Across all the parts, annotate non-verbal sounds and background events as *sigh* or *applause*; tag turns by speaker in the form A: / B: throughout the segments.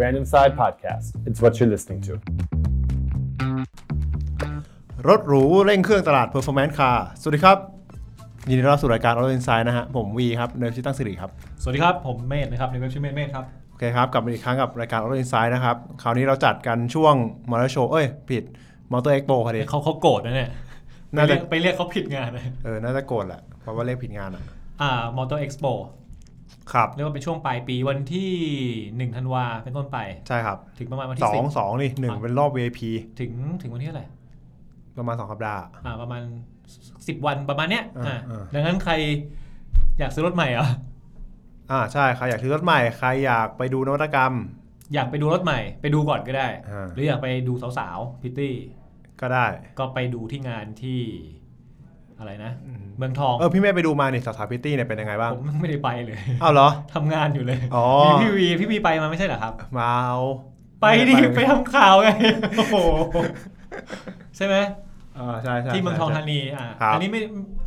A: Random Side Podcast. It's what you're listening to.
B: รถหรูเร่งเครื่องตลาด Performance Car สวัสดีครับ ยินดีต้อนรับสู่รายการ Auto Insight นะฮะ ผมวีครับ เนิร์ฟชื่อตั้งสิริครับ
C: สวัสดีครับ ผมเมธนะครับ ในเว็บชื่อเมธเมธครับ
B: โอเคครับ กลับมาอีกครั้งกับรายการ Auto Insight นะครับ คราวนี้เราจัดกันช่วงมอเตอร์โชว์เอ้ย ผิดมอเตอร์เอ็กโปพอดี
C: เขาเขาโกรธนะเนี่ย
B: น่าจะ
C: ไปเรียกไปเรียกเขาผิดงานนะ
B: เออ น่าจะโกรธแหละ เพราะว่าเลขผิดงานอ่ะ
C: อ่ามอเตอร์เอ็กซ์โป
B: ครับ
C: เรียกว่าเป็นช่วงปลายปีวันที่ 1 ธันวาเป็นต้นไป
B: ใช่ครับ
C: ถึงประมาณวัน
B: ส
C: ที่
B: องสองนี่หนึ่งเป็นรอบ VIP
C: 10ถึงถึงวันที่เท่าไหร่
B: ประมาณสองสัปดาห์
C: อ่าประมาณ 10 วันประมาณเนี้ย
B: อ่า
C: อ่า
B: อ่า
C: ดังนั้นใครอยากซื้อรถใหม่เหรอ่ะ
B: อ่าใช่ใครอยากซื้อรถใหม่ ใครอยากไปดูนวัตกรรม
C: อยากไปดูรถใหม่ ไปดูก่อนก็ได้
B: อ่า
C: หรืออยากไปดูสาวๆพิตตี้
B: ก็ได้
C: ก็ไปดูที่งานที่อะไรนะ เมืองทอง
B: เออพี่เมย์ไปดูมาเนี่ยสาวๆพิตตี้เนี่ยเป็นยังไงบ้าง
C: ผมไม่ได้ไปเลย
B: อ้าวเหรอ
C: ทำงานอยู่เลย
B: อ๋อ
C: มีพี่วีพี่วีไปมาไม่ใช่เหรอครับ
B: มาเอา
C: ไปดิไปทำข่าวไง โอ้โห ใช่ไหม
B: เออใช่ใช่
C: ที่เมืองทอง
B: ใช่
C: ธานีอ่ะ
B: ครับ
C: อันนี้ไม่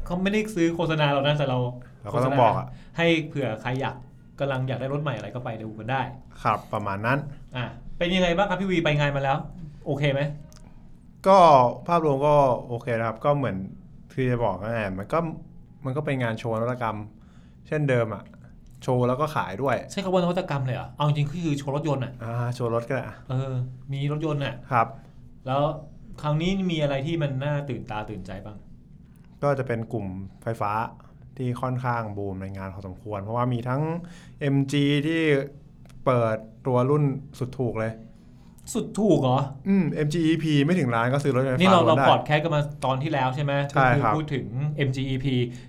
C: เขาไม่ได้ซื้อโฆษณาเรานะแต่เรา
B: เราก็ต้องบอกอะ
C: โฆษณาให้เผื่อใครอยากกำลังอยากได้รถใหม่อะไรก็ไปดูกันได้
B: ครับประมาณนั้น
C: อ่ะเป็นยังไงบ้างครับพี่วีไปงานมาแล้ว โอเคไหม
B: ก็ภาพรวมก็โอเคนะครับ ก็เหมือนคือจะบอกง่ายๆมันก็มันก็เป็นงานโชว์นวัตกรรม เช่นเดิมอะโชว์แล้วก็ขายด้วย
C: ใช่คำว่านวัตกรรมเลยเหรอเอาจริงๆก็คือโชว์รถยนต์อ่ะ
B: อ่าโชว์รถก็ได้อะ
C: เออ มีรถยนต์อ่ะ
B: ครับ
C: แล้วครั้งนี้มีอะไรที่มันน่าตื่นตาตื่นใจบ้าง
B: ก็จะเป็นกลุ่มไฟฟ้าที่ค่อนข้างบูมในงานพอสมควร เพราะว่ามีทั้ง MG ที่เปิดตัวรุ่นสุดถูกเลย
C: สุดถูกเหรอ
B: อืม MG EP ไม่ถึงล้านก็ซื้อรถยนต์ไฟ
C: นี่
B: ฟ้า
C: เราเรา
B: ได้
C: พอดแคสต์กันมาตอนที่แล้วใช่ไหม
B: ใช่
C: ก็คือ
B: ครับ
C: พูดถึง MGEP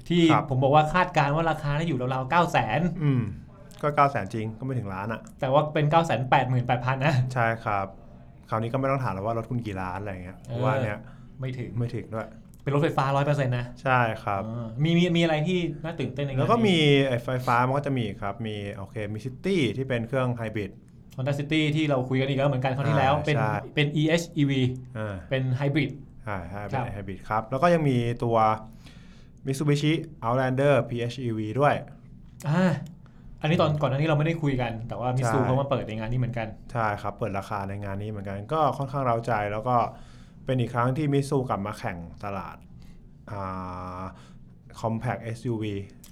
C: ที่
B: ครับ
C: ผมบอกว่าคาดการณ์ว่าราคาน่าอยู่ราวๆ9 0 0 0 0
B: อืมก็9แสนจริงก็ไม่ถึงล้านอะ
C: แต่ว่าเป็น 9 8 8 0 0 0 นะ
B: ใช่ครับ คราวนี้ก็ไม่ต้องถามแล้วว่ารถคุณกี่ล้านอะไรอย่างเงี้ยเพราะว่าเนี้ย
C: ไม่ถึง
B: ไม่ถึงด้วย
C: เป็นรถไฟฟ้า 100%นะ
B: ใช่ครับ
C: อ่ามีมีมีอะไรที่น่าตื่นเต้นในงาน
B: แล้วก็มีไอ้ไฟฟ้ามันก็จะมีอีกครับ มีโอเคมีซิตี้ที่เป็นเครื่องไฮบริด
C: ฮอนด้าซิตี้ที่เราคุยกันอีกแล้วเหมือนกันคราวที่แล้ว
B: อ่า
C: เป็น
B: ใช่
C: เป็น EHEV
B: อ่า
C: เป็นไฮบริด
B: ใช่ไฮบ
C: ครั
B: ริ
C: บ
B: ดไฮบริดครับ แล้วก็ยังมีตัว Mitsubishi Outlander PHEV ด้วย
C: อ่าอันนี้ตอนก่อนหน้านี้เราไม่ได้คุยกัน แต่ว่ามิซู
B: ใช่
C: เขามาเปิดในงานนี้เหมือนกัน
B: ใช่ครับ เปิดราคาในงานนี้เหมือนกัน ก็ค่อนข้างเราใจแล้วก็เป็นอีกครั้งที่มิซูกลับมาแข่งตลาดอ่า compact SUV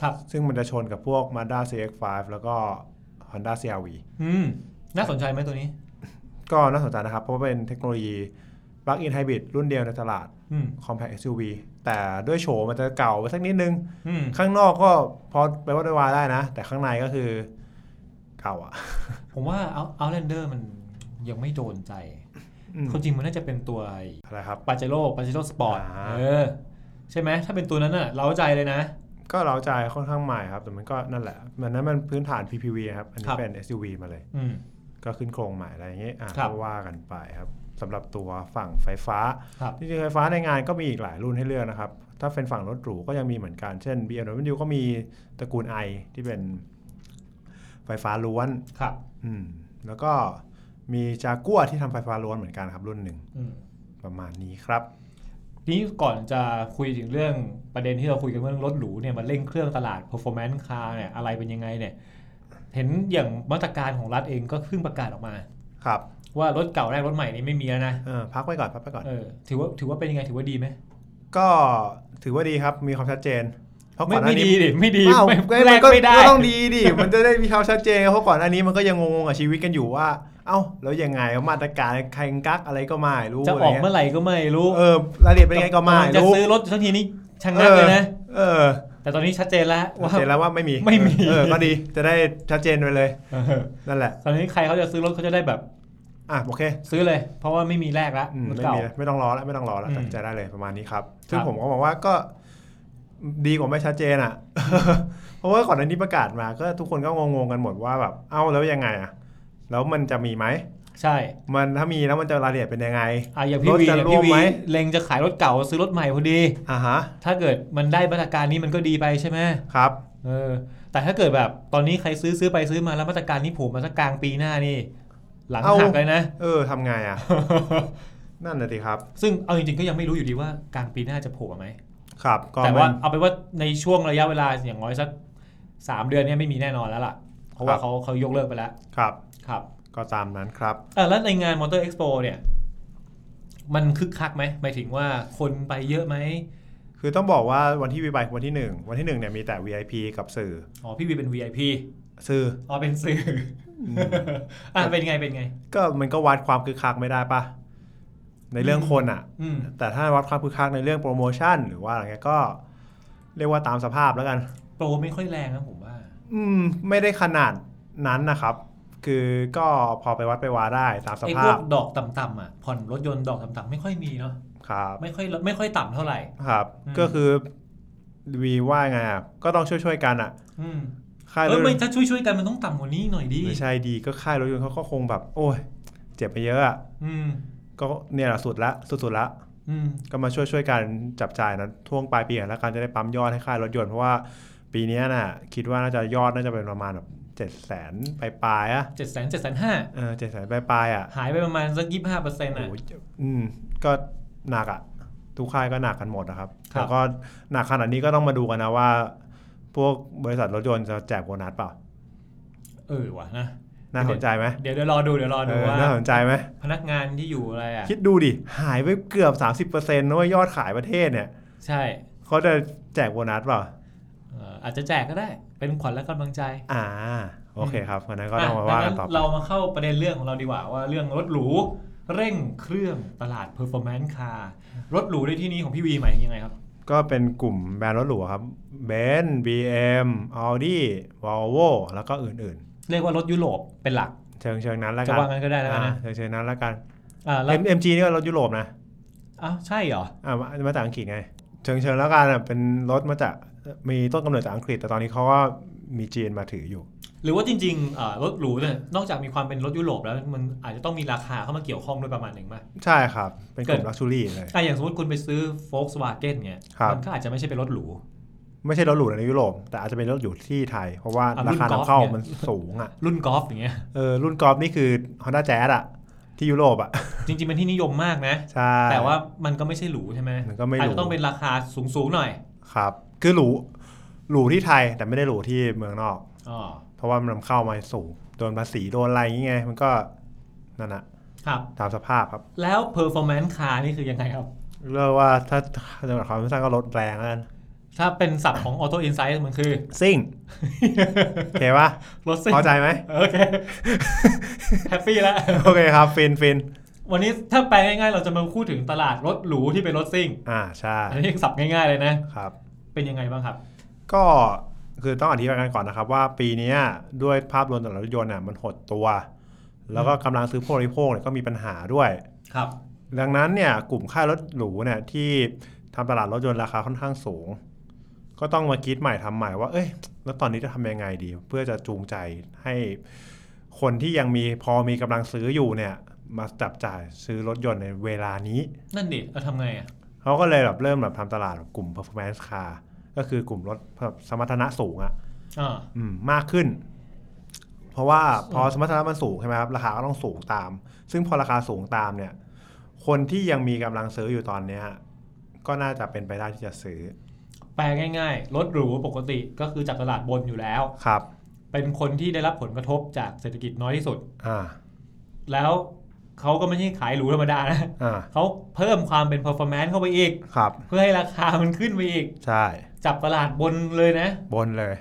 C: ครับ
B: ซึ่งมันจะชนกับพวก Mazda CX-5 แล้วก็ Honda CR-V
C: อืมน่าสนใจไหมตัวนี้
B: ก็น่าสนใจนะครับ เพราะว่าเป็นเทคโนโลยี plug-in hybrid รุ่นเดียวในตลาด
C: อืม
B: compact SUV แต่ด้วยโฉมมันจะเก่าไปสักนิดนึง
C: อืม
B: ข้างนอกก็พอไปวัดไปวาได้นะ แต่ข้างในก็คือเก่าอ่ะ
C: ผมว่าเอาเอาแลนเดอร์มันยังไม่โดนใจ
B: อืม
C: คนจริงมันน่าจะเป็นตัวไอ้
B: อะไรครับ
C: ปาเจโร่ปาเจโร่สปอร์ต
B: อ่า
C: เออ ใช่ไหมถ้าเป็นตัวนั้นน่ะ เราใจเลยนะ
B: ก็เราใจค่อนข้างใหม่ครับ แต่มันก็นั่นแหละ มันนั้นมันพื้นฐาน PPV ครับ อัน
C: ค
B: นี้
C: รับ
B: เป็น SUV มาเลย
C: อืม
B: ก็ขึ้นโครงใหม่อะไรอย่างเงี้ยอ่ะ
C: ครับ
B: ก็ว่ากันไปครับสำหรับตัวฝั่งไฟฟ้า
C: ครับ
B: จริงๆไฟฟ้าในงานก็มีอีกหลายรุ่นให้เลือกนะครับ ถ้าเป็นฝั่งรถหรูก็ยังมีเหมือนกัน เช่น BMW ก็มีตระกูล i ที่เป็นไฟฟ้าล้วน
C: ครับ
B: อืมแล้วก็มีจากัวที่ทำไฟฟ้าล้วนเหมือนกันครับรุ่นหนึ่ง
C: อืม
B: ประมาณนี้ครับ
C: ทีนี้ก่อนจะคุยถึงเรื่องประเด็นที่เราคุยกันเรื่องรถหรูเนี่ยมันเร่งเครื่องตลาด performance car เนี่ยอะไรเป็นยังไงเนี่ย เห็นอย่างมาตรการของรัฐเองก็เพิ่งประกาศออกมา
B: ครับ
C: ว่ารถเก่าแรกรถใหม่นี่ไม่มีแล้วนะ
B: เออพักไว้ก่อนพักไว้ก่อน
C: เออถือว่าถือว่าเป็นยังไงถือว่าดีไหม
B: ก็ถือว่าดีครับมีความชัดเจนเพราะก่
C: ไม่
B: อนหน้า
C: ไม่ดี
B: นี้
C: ดิไม่ดี
B: อ้าว
C: ไม่
B: ก็
C: แล
B: มัน
C: ก
B: ก็
C: ไม่ได้
B: ก็ต้องดีดิ มันจะได้มีความชัดเจนไงเพราะก่อนหน้านี้มันก็ยังงงๆกับชีวิตกันอยู่ว่า เอ้าแล้วยังไงมาตรการใครกักอะไรก็ไม่รู้
C: จะ
B: อะไร
C: ออก
B: เงี้ย
C: เมื่อไหร่ก็ไม่รู้
B: เออรายละเอียดเป็นยังไงก็ไม่
C: ำลัจะ
B: รู้
C: ซื้อรถสักทีนี้ช่างนักเลยนะ
B: เออ
C: แต่ตอนนี้ชัดเจนแล้ว
B: ชัด
C: ว่า
B: เจนแล้วว่าไม่มี
C: ไม่มี
B: เออก็ดีจะได้ชัดเจนไปเลย
C: เออ
B: นั่นแหละ
C: *laughs* ตอนนี้ใครเขาจะซื้อรถเขาจะได้แบบ
B: อ่ะโอเค
C: ซื้อเลย เพราะว่าไม่มีแรกละ
B: อืม
C: รถ
B: ไม่
C: เก่า
B: มีแล้วไม่ต้องรอแล้วไม่ต้องรอแล้ว
C: อืม
B: ตัดสินใจได้เลยประมาณนี้ครับ ซึ่ง
C: ครับ
B: ผมก็มองว่าก็ดีกว่าไม่ชัดเจนอ่ะ *laughs* เพราะว่าก่อนหน้านี้ประกาศมาก็ทุกคนก็งงๆกันหมดว่าแบบเอ้าแล้วยังไงอ่ะ แล้วมันจะมีไหม
C: ใช่
B: มันถ้ามีแล้วมันจะรายละเอียดเป็นยังไง
C: อ่ะอย่าง
B: ร
C: พี่
B: ถ
C: วี
B: จะ
C: เนี่ย
B: ร่วม
C: พี่วี
B: ไหม
C: เล็งจะขายรถเก่าซื้อรถใหม่พอดี
B: อ่าฮะ
C: ถ้าเกิดมันได้มาตรการนี้มันก็ดีไปใช่ไหม
B: ครับ
C: เออ แต่ถ้าเกิดแบบตอนนี้ใครซื้อซื้อไปซื้อมาแล้วมาตรการนี้ผูกมาสักกลางปีหน้านี่ หลัง
B: เอา
C: หักเลยนะ
B: เออทำไงอ่ะ นั่นน่ะสิครับ
C: *laughs* ซึ่งเอาจริงๆก็ยังไม่รู้อยู่ดีว่ากลางปีหน้าจะโผล่มาไหม
B: ครับ ก็
C: แต่
B: มั
C: ว่าน เอาเป็นว่าในช่วงระยะเวลาอย่างน้อยสักสามเดือนเนี่ยไม่มีแน่นอนแล้วล่ะ เพราะ
B: ค
C: ว่า
B: รับ
C: เขาเขายกเลิกไปแล้ว
B: ครับ
C: ครับ
B: ก็ตามนั้นครับ
C: เอ่อแล้วในงานมอเตอร์เอ็กซ์โปเนี่ย มันคึกคักไหมหมายถึงว่าคนไปเยอะไหม
B: คือต้องบอกว่าวันที่วีไปวันที่หนึ่งวันที่หนึ่งเนี่ยมีแต่ VIP กับสื่อ
C: อ๋อพี่วีเป็น VIP
B: สื่อ
C: อ๋อเป็นสื่อออ่ะเป็นไงเป็นไง
B: ก็มันก็วัดความคึกคักไม่ได้ปะในเรื่องคนอ่ะ
C: อืม
B: แต่ถ้าวัดความคึกคักในเรื่องโปรโมชั่นหรือว่าอะไรเงี้ยก็เรียกว่าตามสภาพแล้วกัน
C: โปรไม่ค่อยแรงนะผมว่า
B: อืม ไม่ได้ขนาดนั้นนะครับ คือก็พอไปวัดไปวาได้ตามส
C: ไอ้พ
B: ภาว พ
C: กดอกต่ำๆอ่ะผ่อนรถยนต์ดอกต่ำๆไม่ค่อยมีเนาะ
B: ครับ
C: ไม่ค่อยไม่ค่อยต่ำเท่าไหร่
B: ครับ
C: อืม
B: ก็คือวีว่าไงอ่ะก็ต้องช่วย ๆ กันอ่ะ
C: อืม
B: ค่ายร
C: เอ
B: ถ
C: อย ไม่
B: นต์
C: ถ้าช่วยช่วยๆกันมันต้องต่ำกว่านี้หน่อยดี
B: ไม่ใช่ดีก็ค่ายรถยนต์เขาก็คงแบบ โอ้ย เจ็บไปเยอะอ่ะ
C: อืม
B: ก็เนี่ยแหละสุดละสุดๆละ
C: อืม
B: ก็มาช่วยช่วยๆกันจับจ่ายนะท่วงปลายปีแล้วการจะได้ปั๊มยอดให้ค่ายรถยนต์เพราะว่าปีเนี้ยน่ะ คิดว่าน่าจะยอดน่าจะเป็นประมาณแบบเจ็ดแสนปลายปลายๆอะ
C: เจ็ดแสนเจ็ดแสนห้า
B: เออเจ็ดแสนปลายปลายๆอะ
C: หายไปประมาณสักยี่ห้าเปอร์เซ็น
B: โอ้
C: ต์
B: โห
C: อ่ะ
B: อืมก็หนักอะทุกค่ายก็หนักกันหมดนะครับ
C: ครับ
B: แล้วก็หนักขนาดนี้ก็ต้องมาดูกันนะว่า พวกบริษัทรถยนต์จะแจกโบนัสเปล่า
C: เออว่ะนะ
B: น่าสนใจไหม
C: เดี๋ยวเดี๋ยวรอดูเดี๋ยวรอ
B: เอ
C: ดู
B: อ
C: ว่า
B: น่าสนใจไหม
C: พนักงานที่อยู่อะไรอ่ะ
B: คิดดูดิหายไปเกือบ 30%นะเว้ยยอดขายประเทศเนี่ย
C: ใช่
B: เขาจะแจกโบนัสเปล่า
C: เอ่ออาจจะแจกก็ได้ เป็นขวัญและกำลังใจ
B: อ่าโอเคครับวันนั้นก็
C: อ่ะ
B: ต้องมาว่ากัน
C: ดัง
B: ต่อไป
C: เรามาเข้าประเด็นเรื่องของเราดีกว่าว่าเรื่องรถหรู เร่งเครื่องตลาด performance car รถหรูในที่นี้ของพี่วีหมายถึงยังไงครับ
B: ก็เป็นกลุ่มแบรนด์รถหรูครับเบนซ์บีเอ็มออดี้วอลโวแล้วก็อื่น
C: เรียกว่ารถยุโรปเป็นหลัก
B: ๆ เชิงเชิงนั้นแล้ว
C: จะ
B: กัน
C: ว่างั้นก็ได้แล้วกัน
B: อ่า
C: นะ
B: เชิงเชิงนั้นแล้วกัน
C: อ่าแล้ว
B: เอ็มเอ็มจีนี่ก็รถยุโรปนะ
C: อ้าวใช่เหรอ
B: อ่ามามาจากอังกฤษไง เชิงเชิงแล้วกันอ่ะเป็นรถมาจากมีต้นกำเนิดจากอังกฤษ แต่ตอนนี้เขาก็มีจีนมาถืออยู่
C: หรือว่าจริงๆอ่ารถหรูเนี่ยนอกจากมีความเป็นรถยุโรปแล้วมันอาจจะต้องมีราคาเข้ามาเกี่ยวข้องด้วยประมาณหนึ่งป่ะ
B: ใช่ครับ เป็นกลุ่ม
C: เกิด
B: ลักชูรี่เลย
C: อ่ะอย่างสมมติคุณไปซื้อ Volkswagen เนี่ย
B: ครับ
C: มันก็อาจจะไม่ใช่เป็นรถหรู
B: ไม่ใช่รถหรูในยุโรปแต่อาจจะเป็นรถหรูที่ไทย เพราะว่า
C: อ่ะ
B: ราคา
C: รุ่นกอล์
B: นำ
C: ฟ
B: เข้า
C: เนี่ย
B: มันสูงอ่ะ
C: รุ่นกอล์ฟอย่างเงี้ย
B: เออรุ่นกอล์ฟนี่คือ Honda Jazz อ่ะที่ยุโรปอ่ะ
C: จริงๆเป็นที่นิยมมากนะ
B: ใช่
C: แต่ว่ามันก็ไม่ใช่หรูใช่ไหม
B: มันก็ไม่หรู
C: อาจจะต้องเป็นราคาสูงๆหน่อย
B: ครับ คือหรู หรูที่ไทยแต่ไม่ได้หรูที่เมืองนอก
C: อ๋อ
B: เพราะว่ามันนำเข้ามาสูง โดนภาษีโดนอะไรอย่างเงี้ยมันก็นั่นนะครับ ตามสภาพครับ
C: แล้ว performance car นี่คือยังไงครับ
B: เรียกว่าถ้าจังหวัดความสั้นก็ลดแรงแล้วกัน
C: ถ้าเป็นศัพท์ของ auto insight มันคือ *laughs*
B: ซิ่งโอเคปะ
C: รถซิ่ง
B: พอใจไหม
C: โอเค *laughs* แฮปปี้แล้ว
B: โอเคครับ ฟินฟิน
C: วันนี้ถ้าแปลง่ายๆ เราจะมาพูดถึงตลาดรถหรูที่เป็นรถซิ่ง
B: อ่าใช่
C: อันนี้สับง่ายๆเลยนะ
B: ครับ
C: เป็นยังไงบ้างครับ
B: ก็คือต้องอธิบายกันก่อนนะครับ ว่าปีเนี้ยด้วยภาพรวมตลาดรถยนต์เนี่ยมันหดตัว แล้วก็กำลังซื้อผู้บริโภคเนี่ยก็มีปัญหาด้วย
C: ครับ
B: ดังนั้นเนี่ยกลุ่มค่ายรถหรูเนี่ยที่ทำตลาดรถยนต์ราคาค่อนข้างสูง ก็ต้องมาคิดใหม่ทำใหม่ว่า เอ้ยแล้วตอนนี้จะทำยังไงดี เพื่อจะจูงใจให้คนที่ยังมีพอมีกำลังซื้ออยู่เนี่ยมาจับจ่ายซื้อรถยนต์ในเวลานี้
C: นั่นดิเราทำไงอ่ะ
B: เขาก็เลยแบบเริ่มแบบทำตลาดแบบกลุ่ม performance car ก็คือกลุ่มรถแบบสมรรถนะสูงอะ
C: อ่า
B: อืมมากขึ้น เพราะว่าพอสมรรถนะมันสูงใช่ไหมครับราคาก็ต้องสูงตาม ซึ่งพอราคาสูงตามเนี่ย คนที่ยังมีกำลังซื้ออยู่ตอนเนี้ยก็น่าจะเป็นไปได้ที่จะซื้อ
C: แปลง่ายๆ รถหรูปกติก็คือจากตลาดบนอยู่แล้ว
B: ครับ
C: เป็นคนที่ได้รับผลกระทบจากเศรษฐกิจน้อยที่สุด
B: อ่า
C: แล้วเขาก็ไม่ใช่ขายหรูธรรมดานะ
B: อ่า
C: เขาเพิ่มความเป็น performance เข้าไปอีก
B: ครับ
C: เพื่อให้ราคามันขึ้นไปอีก
B: ใช่
C: จับตลาดบนเลยนะ
B: บนเลย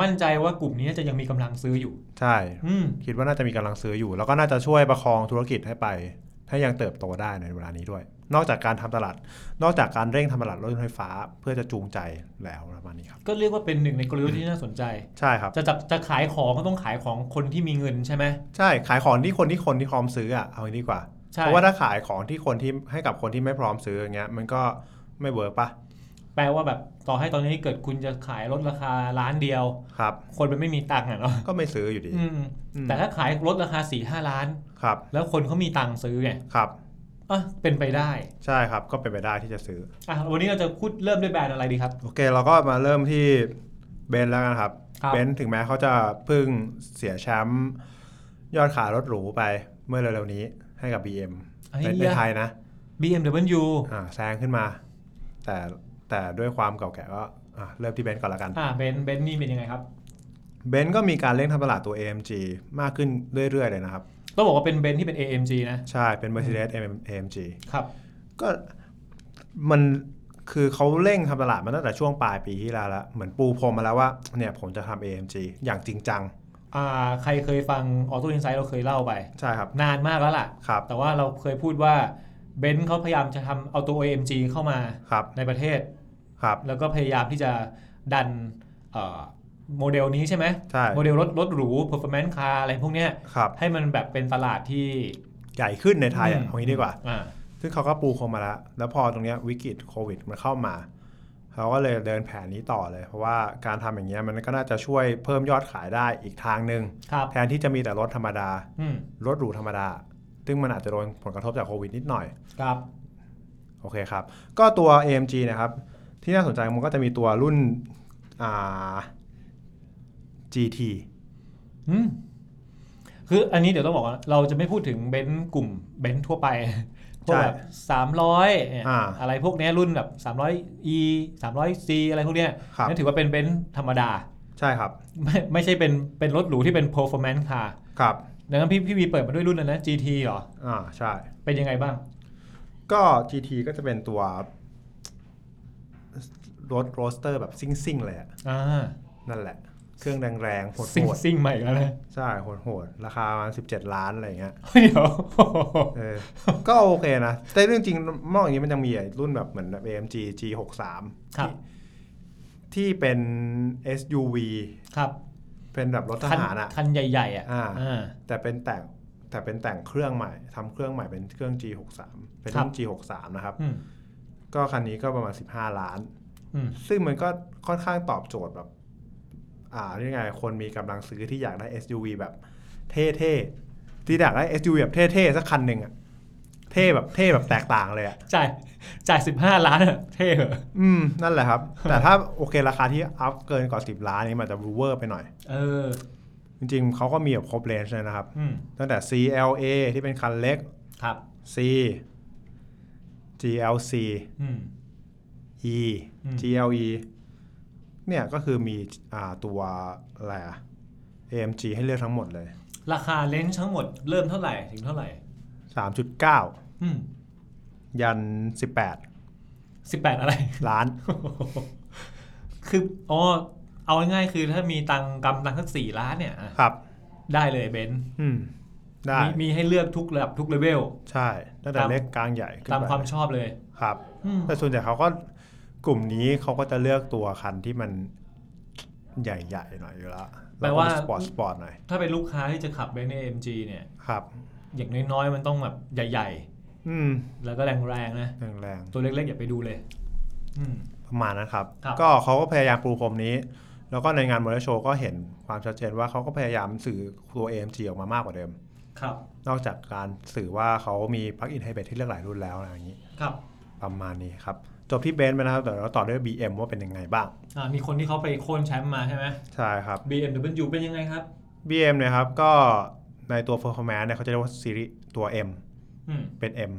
C: มั่นใจว่ากลุ่มนี้จะยังมีกำลังซื้ออยู่
B: ใช่
C: อืม
B: คิดว่าน่าจะมีกำลังซื้ออยู่ แล้วก็น่าจะช่วยประคองธุรกิจให้ไป ให้ยังเติบโตได้ในเวลานี้ด้วย นอกจากการทำตลาด นอกจากการเร่งทำตลาดรถยนต์ไฟฟ้าเพื่อจะจูงใจแล้วประมาณนี้ครับ
C: ก็เรียกว่าเป็นหนึ่งในกลยุทธ์ที่น่าสนใจ
B: ใช่ครับ
C: จะจับจะขายของก็ต้องขายของคนที่มีเงินใช่ไหม
B: ใช่ขายของที่คนที่คนที่พร้อมซื้ออ่ะเอางี้ดีกว่า
C: ใช่
B: เพราะว่าถ้าขายของที่คนที่ให้กับคนที่ไม่พร้อมซื้ออย่างเงี้ย มันก็ไม่เวิร์กปะ
C: แปลว่าแบบต่อให้ตอนนี้เกิดคุณจะขายรถราคาล้านเดียว
B: ครับ
C: คนมันไม่มีตังค์อ่ะเนาะ
B: ก็ไม่ซื้ออยู่ดี
C: อืม
B: อืม
C: แต่ถ้าขายรถราคา4ี่ห้าล้าน
B: ครับ
C: แล้วคนเขามีตังค์ซื้อไง
B: ครับ
C: อ่ะเป็นไปได้
B: ใช่ครับก็เป็นไปได้ที่จะซื้อ
C: อ่ะวันนี้เราจะพูดเริ่มด้วยแบรนด์อะไรดีครับ
B: โอเคเราก็มาเริ่มที่เบนซ์แล้วกันครับ
C: ครับ
B: เบนซ์ถึงแม้เขาจะเพิ่งเสียแชมป์ยอดขายรถหรูไปเมื่อเร็วๆนี้ให้กับ BM
C: ไอ้
B: ในใน
C: เหี้ย
B: ไทยนะ
C: BMW
B: อ่าแซงขึ้นมา แต่แต่ด้วยความเก่าแก่ก็อ่ะเริ่มที่เบนซ์ก่อนละกัน
C: อ่ะเบนซ์เบนซ์นี่เป็นยังไงครับ
B: เบนซ์ก็มีการเล่นทำตลาดตัว AMG มากขึ้นเรื่อยๆเลยนะครับ
C: ต้องบอกว่าเป็นเบนซ์ที่เป็น AMG นะ
B: ใช่เป็น Mercedes AMG
C: ครับ
B: ก็มันคือเขาเร่งทำตลาดมาตั้งแต่ช่วงปลายปีที่แล้วละเหมือนปูพรมมาแล้วว่าเนี่ยผมจะทำ AMG อย่างจริงจัง
C: อ่า ใครเคยฟัง Auto Insight เราเคยเล่าไป
B: ใช่ครับ
C: นานมากแล้วล่ะ
B: ครับ
C: แต่ว่าเราเคยพูดว่าเบนซ์เขาพยายามจะทำเอาตัว AMG เข้ามา
B: ครับ
C: ในประเทศ
B: ครับ
C: แล้วก็พยายามที่จะดันเอ่อโมเดลนี้ใช่ไหม
B: ใช่
C: โมเดลรถรถหรู performance car อะไรพวกเนี้ย
B: ครับ
C: ให้มันแบบเป็นตลาดที่
B: ใหญ่ขึ้นในไทยอ่ะ
C: อืม
B: เอางี้ดีกว่า
C: อ่า
B: ซึ่งเขาก็ปูพรมมาแล้ว แล้วพอตรงเนี้ยวิกฤตโควิดมันเข้ามา เขาก็เลยเดินแผนนี้ต่อเลย เพราะว่าการทำอย่างเงี้ยมันก็น่าจะช่วยเพิ่มยอดขายได้อีกทางหนึ่ง
C: ครับ
B: แทนที่จะมีแต่รถธรรมดา
C: อืม
B: รถหรูธรรมดา ซึ่งมันอาจจะโดนผลกระทบจากโควิดนิดหน่อย
C: ครับ
B: โอเคครับ ก็ตัว AMG นะครับ ที่น่าสนใจมันก็จะมีตัวรุ่นอ่า GT
C: อืมคืออันนี้เดี๋ยวต้องบอกว่าเราจะไม่พูดถึงเบนซ์กลุ่มเบนซ์ทั่วไป *laughs* พวกแบบสามร้อย
B: อ่า
C: อะไรพวกเนี้ยรุ่นแบบสามร้อย e สามร้อย c อะไรพวกเนี้ย
B: ครับ
C: นั่นถือว่าเป็นเบนซ์ธรรมดา *laughs*
B: ใช่ครับ
C: ไม่ไม่ใช่เป็นเป็นรถหรูที่เป็น performance car
B: ครับ
C: ดังนั้นพี่พี่วีเปิดมาด้วยรุ่นนั้นนะ GT เหรอ
B: อ่า ใช่
C: เป็นยังไงบ้าง
B: ก็ GT ก็จะเป็นตัวรถโรสเตอร์แบบซิ่งๆเลยอะ
C: อ่า
B: นั่นแหละ เครื่องแรงๆโห
C: ซิ่ง
B: ด
C: ซิ่งใหม่แล้วนะ *laughs*
B: ๆ ใช่โหดๆ ราคาประมาณ17 ล้านอะไรอย่างเงี้ย
C: เดี๋ยว *laughs*
B: เออ ก็โอเคนะ แต่เรื่องจริงนอกอย่างนี้มันยังมีไอ้รุ่นแบบเหมือนแบบ AMG G63
C: ครับ
B: ที่ที่เป็น SUV
C: ครับ
B: เป็นแบบรถท
C: คัน
B: หารอ่ะ
C: คันใหญ่ ๆ อ่ะ
B: อ่า
C: อ่า
B: แต่เป็นแต่งแต่เป็นแต่งเครื่องใหม่ทำเครื่องใหม่เป็นเครื่อง G63 เป็น
C: ครั
B: รุ่
C: บ
B: น G63 นะครับ
C: อืม
B: ก็คันนี้ก็ประมาณ 15 ล้าน
C: อืม
B: ซึ่งมันก็ค่อนข้างตอบโจทย์แบบ อ่าเรียกไงคนมีกำลังซื้อที่อยากได้ SUV แบบเท่ๆ ที่อยากได้ SUV แบบเท่ๆ สักคันหนึ่งอะเท่แบบเท่แบบแตกต่างเลยอะ
C: จ่าย *laughs* จ่ายสิบห้าล้านอ่ะ เท่เหรอ
B: อืม นั่นแหละ
C: *laughs*
B: ครับ แต่ถ้าโอเคราคาที่อัพเกินกว่า 10 ล้านนี้มันจะรูเวอร์ไปหน่อย
C: เออ
B: จริงๆ เขาก็มีแบบครบเลนส์เลยนะครับ
C: อืม
B: ตั้งแต่ CLA ที่เป็นคันเล็ก
C: ครับ
B: C GLC
C: อืม
B: E
C: อืม
B: GLE เนี่ยก็คือมีอ่าตัวอะไรอะ AMG ให้เลือกทั้งหมดเลย
C: ราคาเลนส์ทั้งหมดเริ่มเท่าไหร่ถึงเท่าไหร่
B: 3.9
C: อืม
B: ยัน
C: สิบแปดอะไร
B: 18 ล้าน
C: คืออ๋อเอาง่ายๆคือถ้ามีตังค์กำตังค์สักสี่ล้านเนี่ยอ่ะ
B: ครับ
C: ได้เลยเบนซ์
B: อืม ได้
C: มีมีให้เลือกทุกระดับทุกเลเวล
B: ใช่ ตั้งแต่
C: ตาม
B: เล็กกลางใหญ่ขึ้น
C: ตาม
B: ไป
C: ความชอบเลย
B: ครับ
C: อืม
B: แต่ส่วนใหญ่เขาก็กลุ่มนี้เขาก็จะเลือกตัวคันที่มันใหญ่ๆหน่อยอยู่แล้ว
C: แปลว่า
B: สปอร์ตสปอร์ตหน่อย
C: ถ้าเป็นลูกค้าที่จะขับเบนซ์เอ็มจีเนี่ย
B: ครับ
C: อย่างน้อยๆ มันต้องแบบใหญ่
B: อืม
C: ๆ แล้วก็แรงๆนะ
B: แรง
C: ตัวเล็กๆ อย่าไปดูเลย อืม
B: ๆประมาณนั้นครับ
C: ครับ
B: ก็เขาก็พยายามปูพรมนี้ แล้วก็ในงานมอเตอร์โชว์ก็เห็นความชัดเจนว่าเขาก็พยายามสื่อตัว AMG ออกมามากกว่าเดิม
C: ครับ
B: นอกจากการสื่อว่าเขามีพักอินไฮเบรดที่เลือกหลายรุ่นแล้วอะไรอย่างนี้
C: ครับ
B: ประมาณนี้ครับ จบที่เบนซ์ไปนะครับแต่เราต่อด้วย BM ว่าเป็นยังไงบ้าง
C: อ่ามีคนที่เขาไปโค่นแชมป์มาใช่ไหม
B: ใช่ครับ
C: BMW เป็นยังไงครับ
B: BM เนะครับก็ในตัว performance เนี่ยเขาจะเรียกว่าซีรีส์ตัว M
C: อืม
B: เป็น M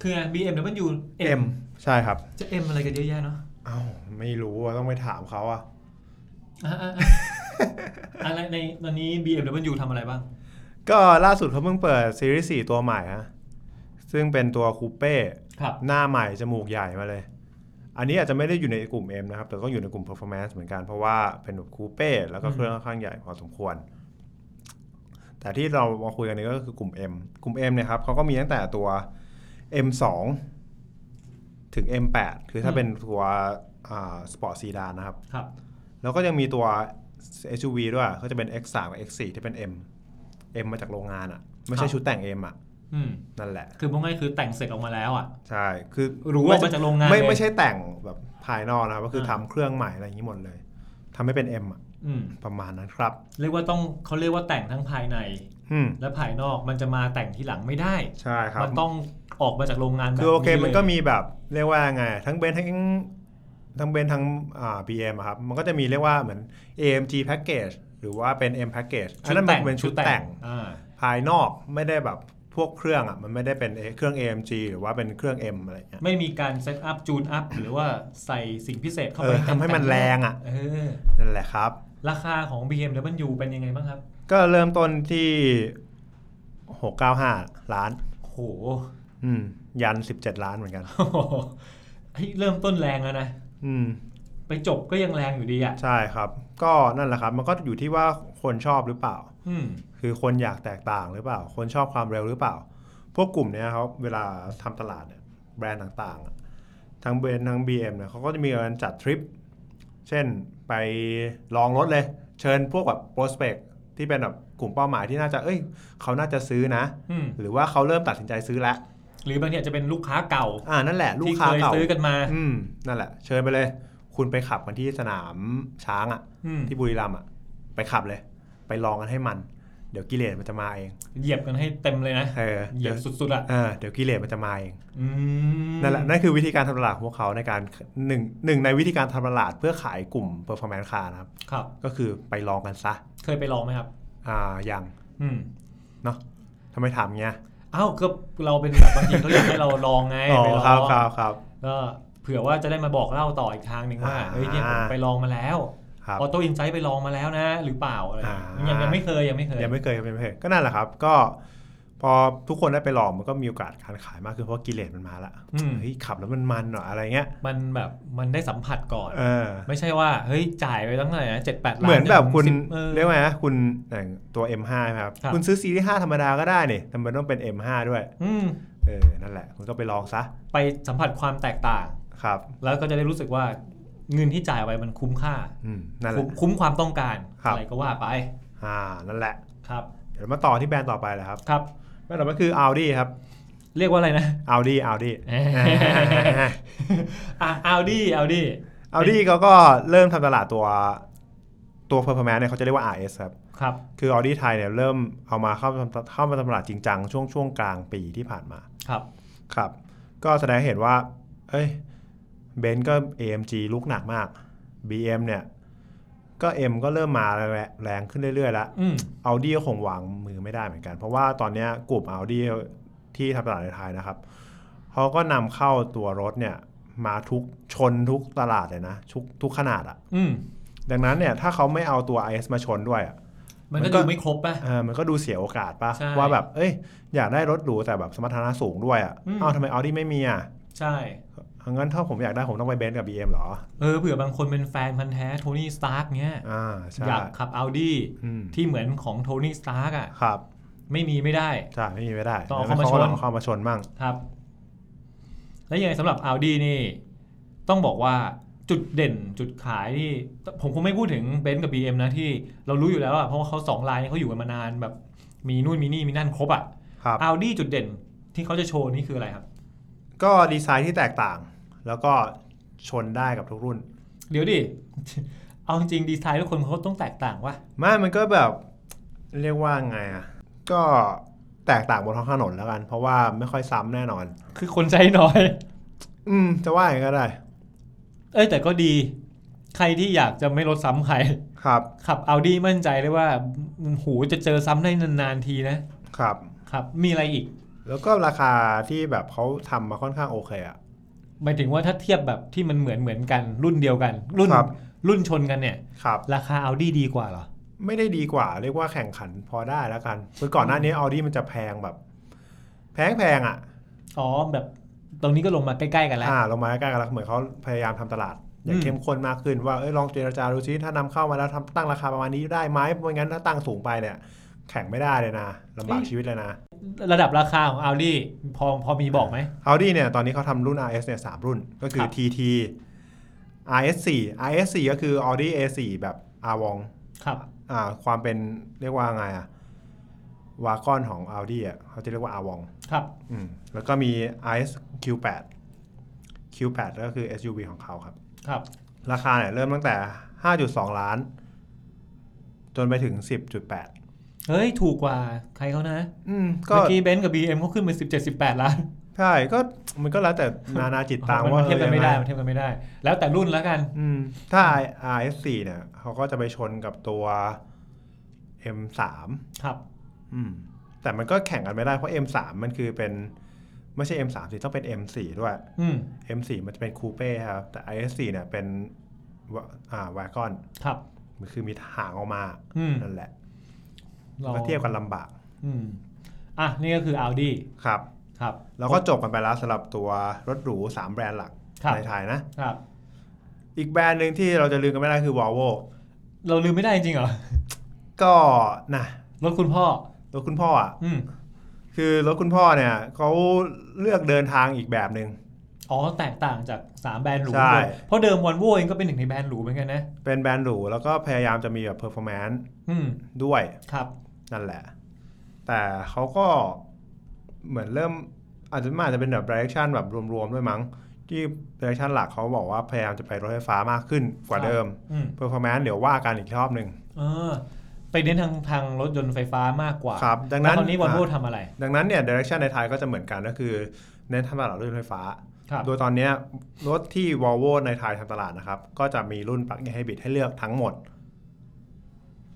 C: คือไง BMW M
B: M ใช่ครับ
C: จะ M อะไรกันเยอะแยะเนาะ
B: เอ้าไม่รู้อะต้องไปถามเขาอะ
C: อ่ะอ่ะอ่ะอะไรในวันนี้ BMW ทำอะไรบ้าง
B: ก็ล่าสุดเขาเพิ่งเปิดซีรีส์ 4 ตัวใหม่ฮะซึ่งเป็นตัวคูเป้
C: ครับ
B: หน้าใหม่ จมูกใหญ่มาเลย อันนี้อาจจะไม่ได้อยู่ในกลุ่ม M นะครับ แต่ก็อยู่ในกลุ่ม Performance เหมือนกัน เพราะว่าเป็นแบบคูเป้แล้วก็
C: อืม
B: เครื่องค่อนข้างใหญ่พอสมควร แต่ที่เรามาคุยกันนี้ก็คือกลุ่ม M กลุ่ม M เนี่ยครับเขาก็มีตั้งแต่ตัว M2 ถึง M8 คือถ้าเป็นตัวอ่าสปอร์ตซีดานนะครับ
C: ครับ
B: แล้วก็ยังมีตัว SUV ด้วย ก็จะเป็น X3 กับ X4 ที่เป็น M M มาจากโรงงานอะ่ะ ไม่
C: ค
B: ใช่
C: รับ
B: ชุดแต่ง M อะ่ะ
C: อืม
B: นั่นแหละ
C: คือพวกง่ายคือแต่งเสร็จออกมาแล้วอ่ะ
B: ใช่ คือ
C: หรูออกมาจากโรงงาน
B: ไม่
C: เลย
B: ไม่ใช่แต่งแบบภายนอกนะครับ ก็คือทำ
C: อ่า
B: เครื่องใหม่อะไรอย่างนี้หมดเลยทำให้เป็น M อะ่ะ
C: อืม
B: ประมาณนั้นครับ
C: เรียกว่าต้องเขาเรียกว่าแต่งทั้งภายใน
B: อืม
C: และภายนอกมันจะมาแต่งทีหลังไม่ได้
B: ใช่ครับ
C: มันต้องออกมาจากโรงงานแบบ
B: คือโอเค
C: ลย
B: มันก็มีแบบเรียกว่าไง ทั้งเบนทั้งทั้งเบนทั้งอ่า BM อะครับ มันก็จะมีเรียกว่าเหมือน AMG package หรือว่าเป็น M package อันนั้นมันเป็นชุดแต่ง
C: อ่า
B: ภายนอกไม่ได้แบบพวกเครื่องอ่ะมันไม่ได้เป็นเอเครื่อง AMG หรือว่าเป็นเครื่อง M อะไรเงี้ย
C: ไม่มีการเซตอัพจูนอัพหรือว่าใส่สิ่งพิเศษเข้า
B: เอ
C: ไป
B: อทำให้มันแรงอ่ะ
C: เออ
B: นั่นแหละครับ
C: ราคาของ BMW เป็นยังไงบ้างครับ
B: ก็เริ่มต้นที่ หกเก้าห้าล้าน
C: โห *laughs*
B: อืม ยันสิบเจ็ดล้านเหมือนกัน
C: เฮ้ยเริ่มต้นแรงแล้วนะ
B: อืม
C: ไปจบก็ยังแรงอยู่ดีอ่ะ
B: ใช่ครับ ก็นั่นแหละครับ มันก็อยู่ที่ว่าคนชอบหรือเปล่า
C: อืม
B: คือคนอยากแตกต่างหรือเปล่า คนชอบความเร็วหรือเปล่า พวกกลุ่มเนี้ยครับเวลาทำตลาดเนี่ยแบรนด์ต่างๆอะทั้งเบนทั้ง BM เนี่ยเขาก็จะมีการจัดทริป เช่นไปลองรถเลย เชิญพวกแบบโปรสเปกที่เป็นแบบกลุ่มเป้าหมายที่น่าจะเอ้ย เขาน่าจะซื้อนะ
C: อืม
B: หรือว่าเขาเริ่มตัดสินใจซื้อแล้ว
C: หรือบางทีอาจจะเป็นลูกค้าเก่า
B: อ่านั่นแหละลูก
C: ที่
B: ค้า
C: เคย
B: เก่า
C: ซื้อกันมา
B: อืมนั่นแหละ เชิญไปเลย คุณไปขับกันที่สนามช้างอ่ะ
C: อืม
B: ที่บุรีรัมย์อ่ะไปขับเลย ไปลองกันให้มัน เดี๋ยวกิเลสมันจะมาเอง
C: เหยียบกันให้เต็มเลยนะ
B: เออ
C: เหยี
B: เดี๋
C: ย
B: ยว
C: บสุดๆอ่ะ
B: เออเดี๋ยวกิเลสมันจะมาเอง
C: อืม
B: นั่นแหละนั่นคือวิธีการทำตลาดของพวกเขาในการหนึ่งหนึ่งในวิธีการทำตลาดเพื่อขายกลุ่ม performance car นะครับ
C: ครับ
B: ก็คือไปลองกันซะ
C: เคยไปลองไหมครับ
B: อ่าอย่าง
C: อืม
B: เนาะทำไมถามเงี้ย
C: อ้าวก็เราเป็นแบบบางทีเขาอยากให้เราลองไง
B: อ๋อ
C: ไปลอง
B: ครับครับครับ
C: ก็เผื่อว่าจะได้มาบอกเล่าต่ออีกทางหนึ่งว่า
B: อ่า
C: เฮ้ยเนี่ยผมไปลองมาแล้ว
B: ครับ
C: ออโต้อินไซต์ไปลองมาแล้วนะ หรือเปล่าอะไรอย่างเงี้ย
B: อ่ายั
C: ยังยังไม่เคยยังไม่เคย
B: ยังไม่เคยยังไม่เคยก็นั่นแหละครับ ก็ พอทุกคนได้ไปลองมันก็มีโอกาสการขายมากขึ้นเพราะกิเลสมันมาละ
C: อืม
B: เฮ้ยขับแล้วมันมันเหรออะไรเงี้ย
C: มันแบบมันได้สัมผัสก่อน
B: เออ
C: ไม่ใช่ว่าเฮ้ยจ่ายไปตั้งเท่าไหร่นะเจ็ดแปดล้าน
B: เหมือนแบบคุณ
C: ถึงสิเออ
B: เรียกว่าไงนะคุณอย่างตัว M5 ครับ
C: ครับ
B: คุณซื้อซีรีส์5ธรรมดาก็ได้นี่ทำไมต้องเป็น M5 ด้วย
C: อืม
B: เออ นั่นแหละ คุณก็ไปลองซะ
C: ไปสัมผัสความแตกต่าง
B: ครับ
C: แล้วก็จะได้รู้สึกว่าเงินที่จ่ายไปมันคุ้มค่า
B: อืม นั่นแหละ
C: คุ้มคุ้มความต้องการ
B: ครับ
C: อะไรก็ว่าไป
B: อ่า นั่นแหละ
C: ครับ
B: เดี๋ยวมาต่อที่แบรนด์ต่อไปเลยครับ
C: ครับ
B: แบรนด์ต่อไปคือ Audi ครับ
C: เรียกว่าอะไรนะ *laughs*
B: Audi Audi *laughs*
C: เอ๊ะ อ่ะเอาดีเอาดี
B: Audi เขาก็เริ่มทำตลาดตัวตัว performance เนี่ยเขาจะเรียกว่า RS ครับ
C: ครับ
B: คือ Audi ไทยเนี่ยเริ่มเอามาเข้ามาทำเข้ามาทำตลาดจริงจังช่วงช่วงกลางปีที่ผ่านมา
C: ครับ
B: ครับ ก็แสดงให้เห็นว่า เอ้ย เบนซ์ก็ AMG ลุกหนักมาก BM เนี่ย ก็ M ก็เริ่มมาแรงแรงขึ้นเรื่อยๆแล้ว
C: อืม
B: a u d i ก็คงวางมือไม่ได้เหมือนกัน เพราะว่าตอนเนี้ยกลุ่ม a u d i ที่ทำตลาดในไทยนะครับ เขาก็นำเข้าตัวรถเนี่ย มาทุกชนทุกตลาดเลยนะ ทุกทุกขนาดอะ
C: อืม
B: ดังนั้นเนี่ย ถ้าเขาไม่เอาตัว IS มาชนด้วยอะ
C: มัน
B: มั
C: ก็
B: นก็
C: ดูไม่ครบป่ะ
B: เออมันก็ดูเสียโอกาสปะ
C: ใช่
B: ว่าแบบ เอ้ย อยากได้รถหรูแต่แบบสมรรถนะสูงด้วยอะ
C: อืม
B: เอ้าทำไม Audi ไม่มีอะ
C: ใช่
B: งั้นถ้าผมอยากได้ผมต้องไปเบนซ์กับ BM เหรอ
C: เออเผื่อบางคนเป็นแฟนพันธ์แท้โทนี่สตาร์กเนี้ย
B: อ่า ใช่
C: อยากขับเอาดี
B: อืม
C: ที่เหมือนของโทนี่สตาร์กอ่ะ
B: ครับ
C: ไม่มีไม่ได้
B: ใช่ ไม่มีไม่ได้
C: ต้องเอา
B: แล้ว
C: เข้ามาชน
B: ก็ต้องเอาเข้ามาชนมั่ง
C: ครับ และยังไงสำหรับ Audi นี่ ต้องบอกว่าจุดเด่นจุดขายที่ผมคงไม่พูดถึงเบนซ์กับ BM นะที่เรารู้อยู่แล้วอะเพราะว่าเขาสองลายนี้เขาอยู่กันมานานแบบ มีนู่นมีนี่มีนั่นครบอะ
B: ครับ
C: อัลดี้จุดเด่นที่เขาจะโชว์นี่คืออะไรครับ
B: ก็ดีไซน์ที่แตกต่าง แล้วก็ชนได้กับทุกรุ่น
C: เดี๋ยวดิ *laughs* เอาจริงดีไซน์ทุกคนเขาต้องแตกต่างว่ะ
B: ไมามันก็แบบ เรียกว่าไงอ่ะ ก็แตกต่างบนท้องถนนแล้วกัน เพราะว่าไม่ค่อยซ้ำแน่นอน
C: คือคนใช้น้อย
B: อืม จะว่าอย่างนั้นก็ได้
C: เอ้ยแต่ก็ดี ใครที่อยากจะไม่ลดซ้ำใคร *laughs*
B: ครับ
C: ขับ Audi มั่นใจเลยว่าหูจะเจอซ้ำได้นานๆทีนะครับ ครับ มีอะไรอีก
B: แล้วก็ราคาที่แบบเขาทำมาค่อนข้างโอเคอ่ะ
C: หมายถึงว่าถ้าเทียบแบบที่มันเหมือนเหมือนกันรุ่นเดียวกัน รุ่น
B: ครับ
C: รุ่นชนกันเนี่ย
B: ครับ
C: ราคา Audi ดีกว่าเหรอ
B: ไม่ได้ดีกว่า เรียกว่าแข่งขันพอได้แล้วกันคือก่อนหน้านี้ Audi มันจะแพงแบบ แพงแพงๆอ่ะ
C: อ๋อแบบตรงนี้ก็ลงมาใกล้ๆกันแล้ว
B: อ่าลงมาใกล้ๆกันแล้วเหมือนเขาพยายามทำตลาด อย่า
C: อื
B: ง
C: ม
B: เข้มข้นมากขึ้นว่าเอ้ยลองเจรจาดูซิถ้านำเข้ามาแล้วทำตั้งราคาประมาณนี้ได้ไหมไม่งั้นถ้าตั้งสูงไปเนี่ย แข่งไม่ได้เลยนะลำบากชีวิตเลยนะ
C: ระดับราคาของ Audi พอพอมีบอกไหม
B: เอาดีเนี่ยตอนนี้เขาทำรุ่น RS เนี่ยสามรุ่นก็คื
C: ค
B: อ
C: รับ
B: TT RS4 RS4 ก็คือ Audi A4 แบบอาวอง
C: ครับ
B: อ่าความเป็นเรียกว่าไงอะวากอนของ Audi อ่ะเขาจะเรียกว่าอาวอง
C: ครับ
B: อืมแล้วก็มี RS Q8 Q8 ก็คือ SUV ของเขาครับ
C: ครับ
B: ราคาเนี่ยเริ่มตั้งแต่ 5.2 ล้าน จนไปถึง 10.8
C: เฮ้ย ถูกกว่าใครเขานะ
B: อืม ก็
C: เมื่อกี้เบนซ์กับ BM เขาขึ้นไป17 18ล้าน
B: ใช่ก็มันก็แล้ว
C: *laughs*
B: แต่นานาจิตตัง
C: มัน
B: ว่า
C: เทียบกันไม่ได้
B: ออ
C: มันเทียบกันไม่ได้ แล้วแต่รุ่นแล้วกัน
B: อืม ถ้า RS4 เนี่ยเขาก็จะไปชนกับตัว M3
C: ครับ
B: อืม แต่มันก็แข่งกันไม่ได้เพราะ M3 มันคือเป็น ไม่ใช่ M3 สิต้องเป็น M4 ด้วย
C: อืม
B: M4 มันจะเป็นคูเป้ครับ แต่ IS4 เนี่ยเป็นวะอ่าวากอน
C: ครับ
B: มันคือมีหางออกมา
C: อืม
B: นั่นแหละ
C: รา
B: ก็เทียบกันลำบาก
C: อืม อ่ะนี่ก็คือ Audi
B: ครับ
C: ครับ
B: แล้วก็จบกันไปแล้วสำหรับตัวรถหรู 3 แบรนด์หลัก
C: ครับ
B: ในไทยนะ
C: ครับ
B: อีกแบรนด์หนึ่งที่เราจะลืมกันไม่ได้คือ Volvo
C: เราลืมไม่ได้จริงเหรอ
B: ก็นะ
C: รถคุณพ่อ
B: รถคุณพ่ออ่ะ
C: อืม
B: คือรถคุณพ่อเนี่ยเขาเลือกเดินทางอีกแบบหนึ่ง
C: อ๋อแตกต่างจากสามแบรนด์หรู
B: ใช่
C: ด้วยเพราะเดิมวอลโวเองก็เป็นหนึ่งในแบรนด์หรูเหมือนกันนะ
B: เป็นแบรนด์หรูแล้วก็พยายามจะมีแบบเพอร์ฟอร์แมนซ์
C: อืม
B: ด้วย
C: ครับ
B: นั่นแหละ แต่เขาก็เหมือนเริ่มอาจจะมันอาจจะเป็นแบบดิเรกชันแบบรวมๆด้วยมั้ง ที่ดิเรกชันหลักเขาบอกว่าพยายามจะไปรถไฟฟ้ามากขึ้นกว่า
C: ใช่
B: เดิม
C: อืม
B: เพอร์ฟอร์แมนซ์เดี๋ยวว่ากันอีกรอบหนึ่ง
C: เออไปเน้นทางทางรถยนต์ไฟฟ้ามากกว่า
B: ครับ ดัง
C: แล้
B: นั้
C: วน ตอนนี้วอลโว
B: อ่ะ
C: ทำอะไร
B: ดังนั้นเนี่ยดิเรกชันในไทยก็จะเหมือนกันก็คือเน้นทำตลาดรถยนต์ไฟฟ้า
C: ครับ
B: โดยตอนเนี้ยรถที่ Volvo ในไทยทำตลาดนะครับ ก็จะมีรุ่นปลั๊กอินไฮบริดให้เลือกทั้งหมด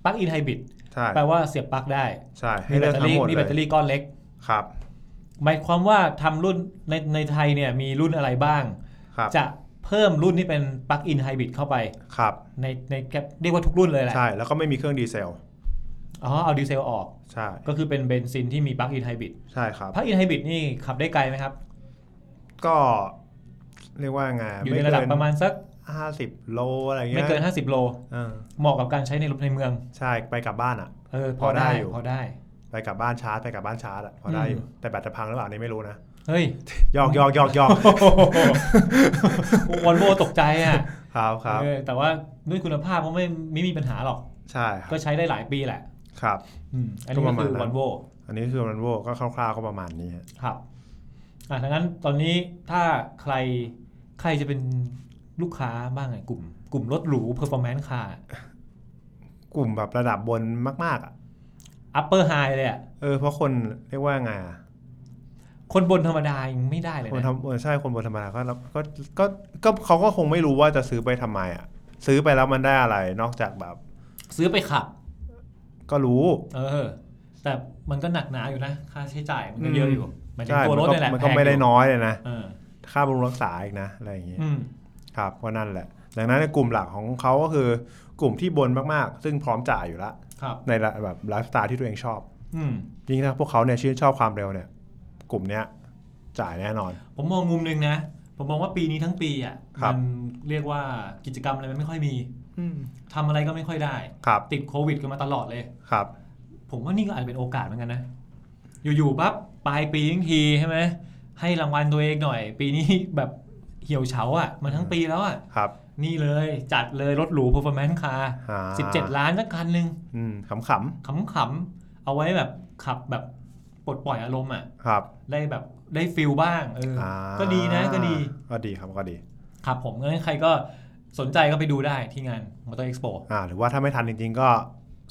C: ปลั๊กอินไฮบริด
B: ใช่
C: แปลว่าเสียบปลั๊กได้
B: ใช่ให้
C: มีแบ
B: เลือก
C: ตเตอ
B: ทั้ง
C: รี่
B: หมด
C: มี
B: เล
C: แบตเตอย รี่ก้อนเล็ก
B: ครับ
C: หมายความว่าทำรุ่นในในไทยเนี่ยมีรุ่นอะไรบ้าง
B: ครับ
C: จะเพิ่มรุ่นที่เป็นปลั๊กอินไฮบริดเข้าไป
B: ครับ
C: ในในแกปเรียกว่าทุกรุ่นเลยแหละ
B: ใช่แล้วก็ไม่มีเครื่องดีเซล
C: อ๋อเอาดีเซลออก
B: ใช่
C: ก็คือเป็นเบนซินที่มีปลั๊กอินไฮบริด
B: ใช่ครับ
C: ปลั๊กอินไฮบริดนี่ขับได้ไกลไหมครับ
B: ก็เรียกว่าไง
C: อยู่ในระดับประมาณสัก
B: ห้าสิบโลอะไรเงี้ย
C: ไม่เกิน 50 โล
B: เออ
C: เหมาะกับการใช้ในรถในเมือง
B: ใช่ไปกลับบ้านอ่ะ
C: เออพ
B: พ
C: อ
B: อได้
C: ได้
B: อยู่
C: พอได้
B: ไปกลับบ้านชาร์จไปกลับบ้านชาร์จอ่ะพอได้อยู่
C: อืม
B: แต่แบตจะพังหรือเปล่าอันนี่ไม่รู้นะ
C: เฮ้ย
B: หยอกหยอกหยอกหยอก
C: *laughs* วอลโวตกใจอ่ะ
B: ครับครับ
C: เออแต่ว่าด้วยคุณภาพก็ไม่ไม่มีปัญหาหรอก
B: ใช่ครับ
C: ก็ใช้ได้หลายปีแหละ
B: ครับ
C: อืมอันนี้ก็คือ
B: ก็ประมาณนั้น
C: วอลโว
B: อันนี้คือมันโวก็คร่าวๆก็ประมาณนี้ฮะ
C: ครับอ่ะดังนั้นตอนนี้ถ้าใครใครจะเป็นลูกค้าบ้างไงกลุ่ม กลุ่มรถหรูเพอร์ฟอร์แมนซ์คาร์
B: กลุ่มแบบระดับบนมากๆอ่ะ
C: อัปเปอร์ไฮเลยอ่ะ
B: เออเพราะคนเรียกว่าไงอะ
C: คนบนธรรมดายังไม่ได้เลย
B: คน
C: นะ
B: ทำเออใช่คนบนธรรมดาก็รับก็ก็ก็เขาก็คงไม่รู้ว่าจะซื้อไปทำไมอ่ะ ซื้อไปแล้วมันได้อะไรนอกจากแบบ
C: ซื้อไปขับ
B: ก็รู้
C: เออ แต่มันก็หนักหนาอยู่นะ ค่าใช้จ่ายมันก็เยอะอยู่หมายถึง
B: ใช่
C: ตัวร
B: มั
C: ถ
B: ก็
C: นี่แหละ
B: มัน
C: แพ
B: ก็
C: ง
B: ไม่ได้
C: อยู่
B: น้อยเลยนะ
C: เออ
B: ค่าบำรุงรักษาอีกนะ อะไรอย่างเงี้ย
C: อืม
B: ครับก็นั่นแหละ ดังนั้นกลุ่มหลักของเขาก็คือกลุ่มที่บนมากๆ ซึ่งพร้อมจ่ายอยู่ละ
C: ครับ
B: ในระแบบไลฟ์สไตล์ที่ตัวเองชอบ
C: อืม
B: ยิ่งถ้าพวกเขาเนี่ยชื่นชอบความเร็วเนี่ย กลุ่มเนี้ยจ่ายแน่นอน
C: ผมมองมุมหนึงนะ ผมมองว่าปีนี้ทั้งปีอ่ะ
B: ครั
C: มั
B: บ
C: เรียกว่ากิจกรรมอะไรมันไม่ค่อยมีทำอะไรก็ไม่ค่อยได้
B: ครับ
C: ติดโควิดกันมาตลอดเลย
B: ครับ
C: ผมว่านี่ก็อาจจะเป็นโอกาสเหมือนกันนะ อยู่ๆปั๊บปลายปีทั้งทีใช่ไหมให้รางวัลตัวเองหน่อย ปีนี้แบบเหี่ยวเฉาอ่ะมาทั้งปีแล้วอ่ะ
B: ครับ
C: นี่เลยจัดเลยรถหรู performance car
B: อ่า
C: 17 ล้านสักคันหนึ่ง
B: อืมขำ
C: ขำๆ เอาไว้แบบขับแบบปลดปล่อยอารมณ์อ่ะ
B: ๆครับ
C: ได้แบบได้ฟิลบ้างเอออ
B: อ่า
C: ก็ดีนะก็ดี
B: ก็ดีครับก็ดี
C: ครับผมงั้นใครก็สนใจก็ไปดูได้ที่งาน Motor Expo
B: อ่าหรือว่าถ้าไม่ทันจริงๆ ก็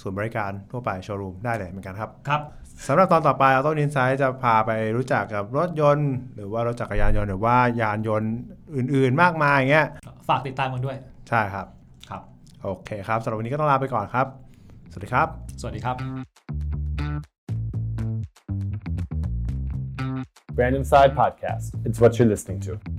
B: ศูนย์บริการทั่วไปโชว์รูมได้เลยเหมือนกันครับ
C: ครับ
B: สำหรับตอนต่อไปเราต้นอินไซต์จะพาไปรู้จักกับรถยนต์ หรือว่ารถจักรยานยนต์หรือว่ายานยนต์อื่นๆ มากมายอย่างเงี้ย
C: ฝากติดตามกันด้วย
B: ใช่ครับ
C: ครับ
B: โอเคครับสำหรับวันนี้ก็ต้องลาไปก่อนครับ สวัสดีครับ
C: สวัสดีครับ
A: Brand Inside Podcast. It's what you're listening to.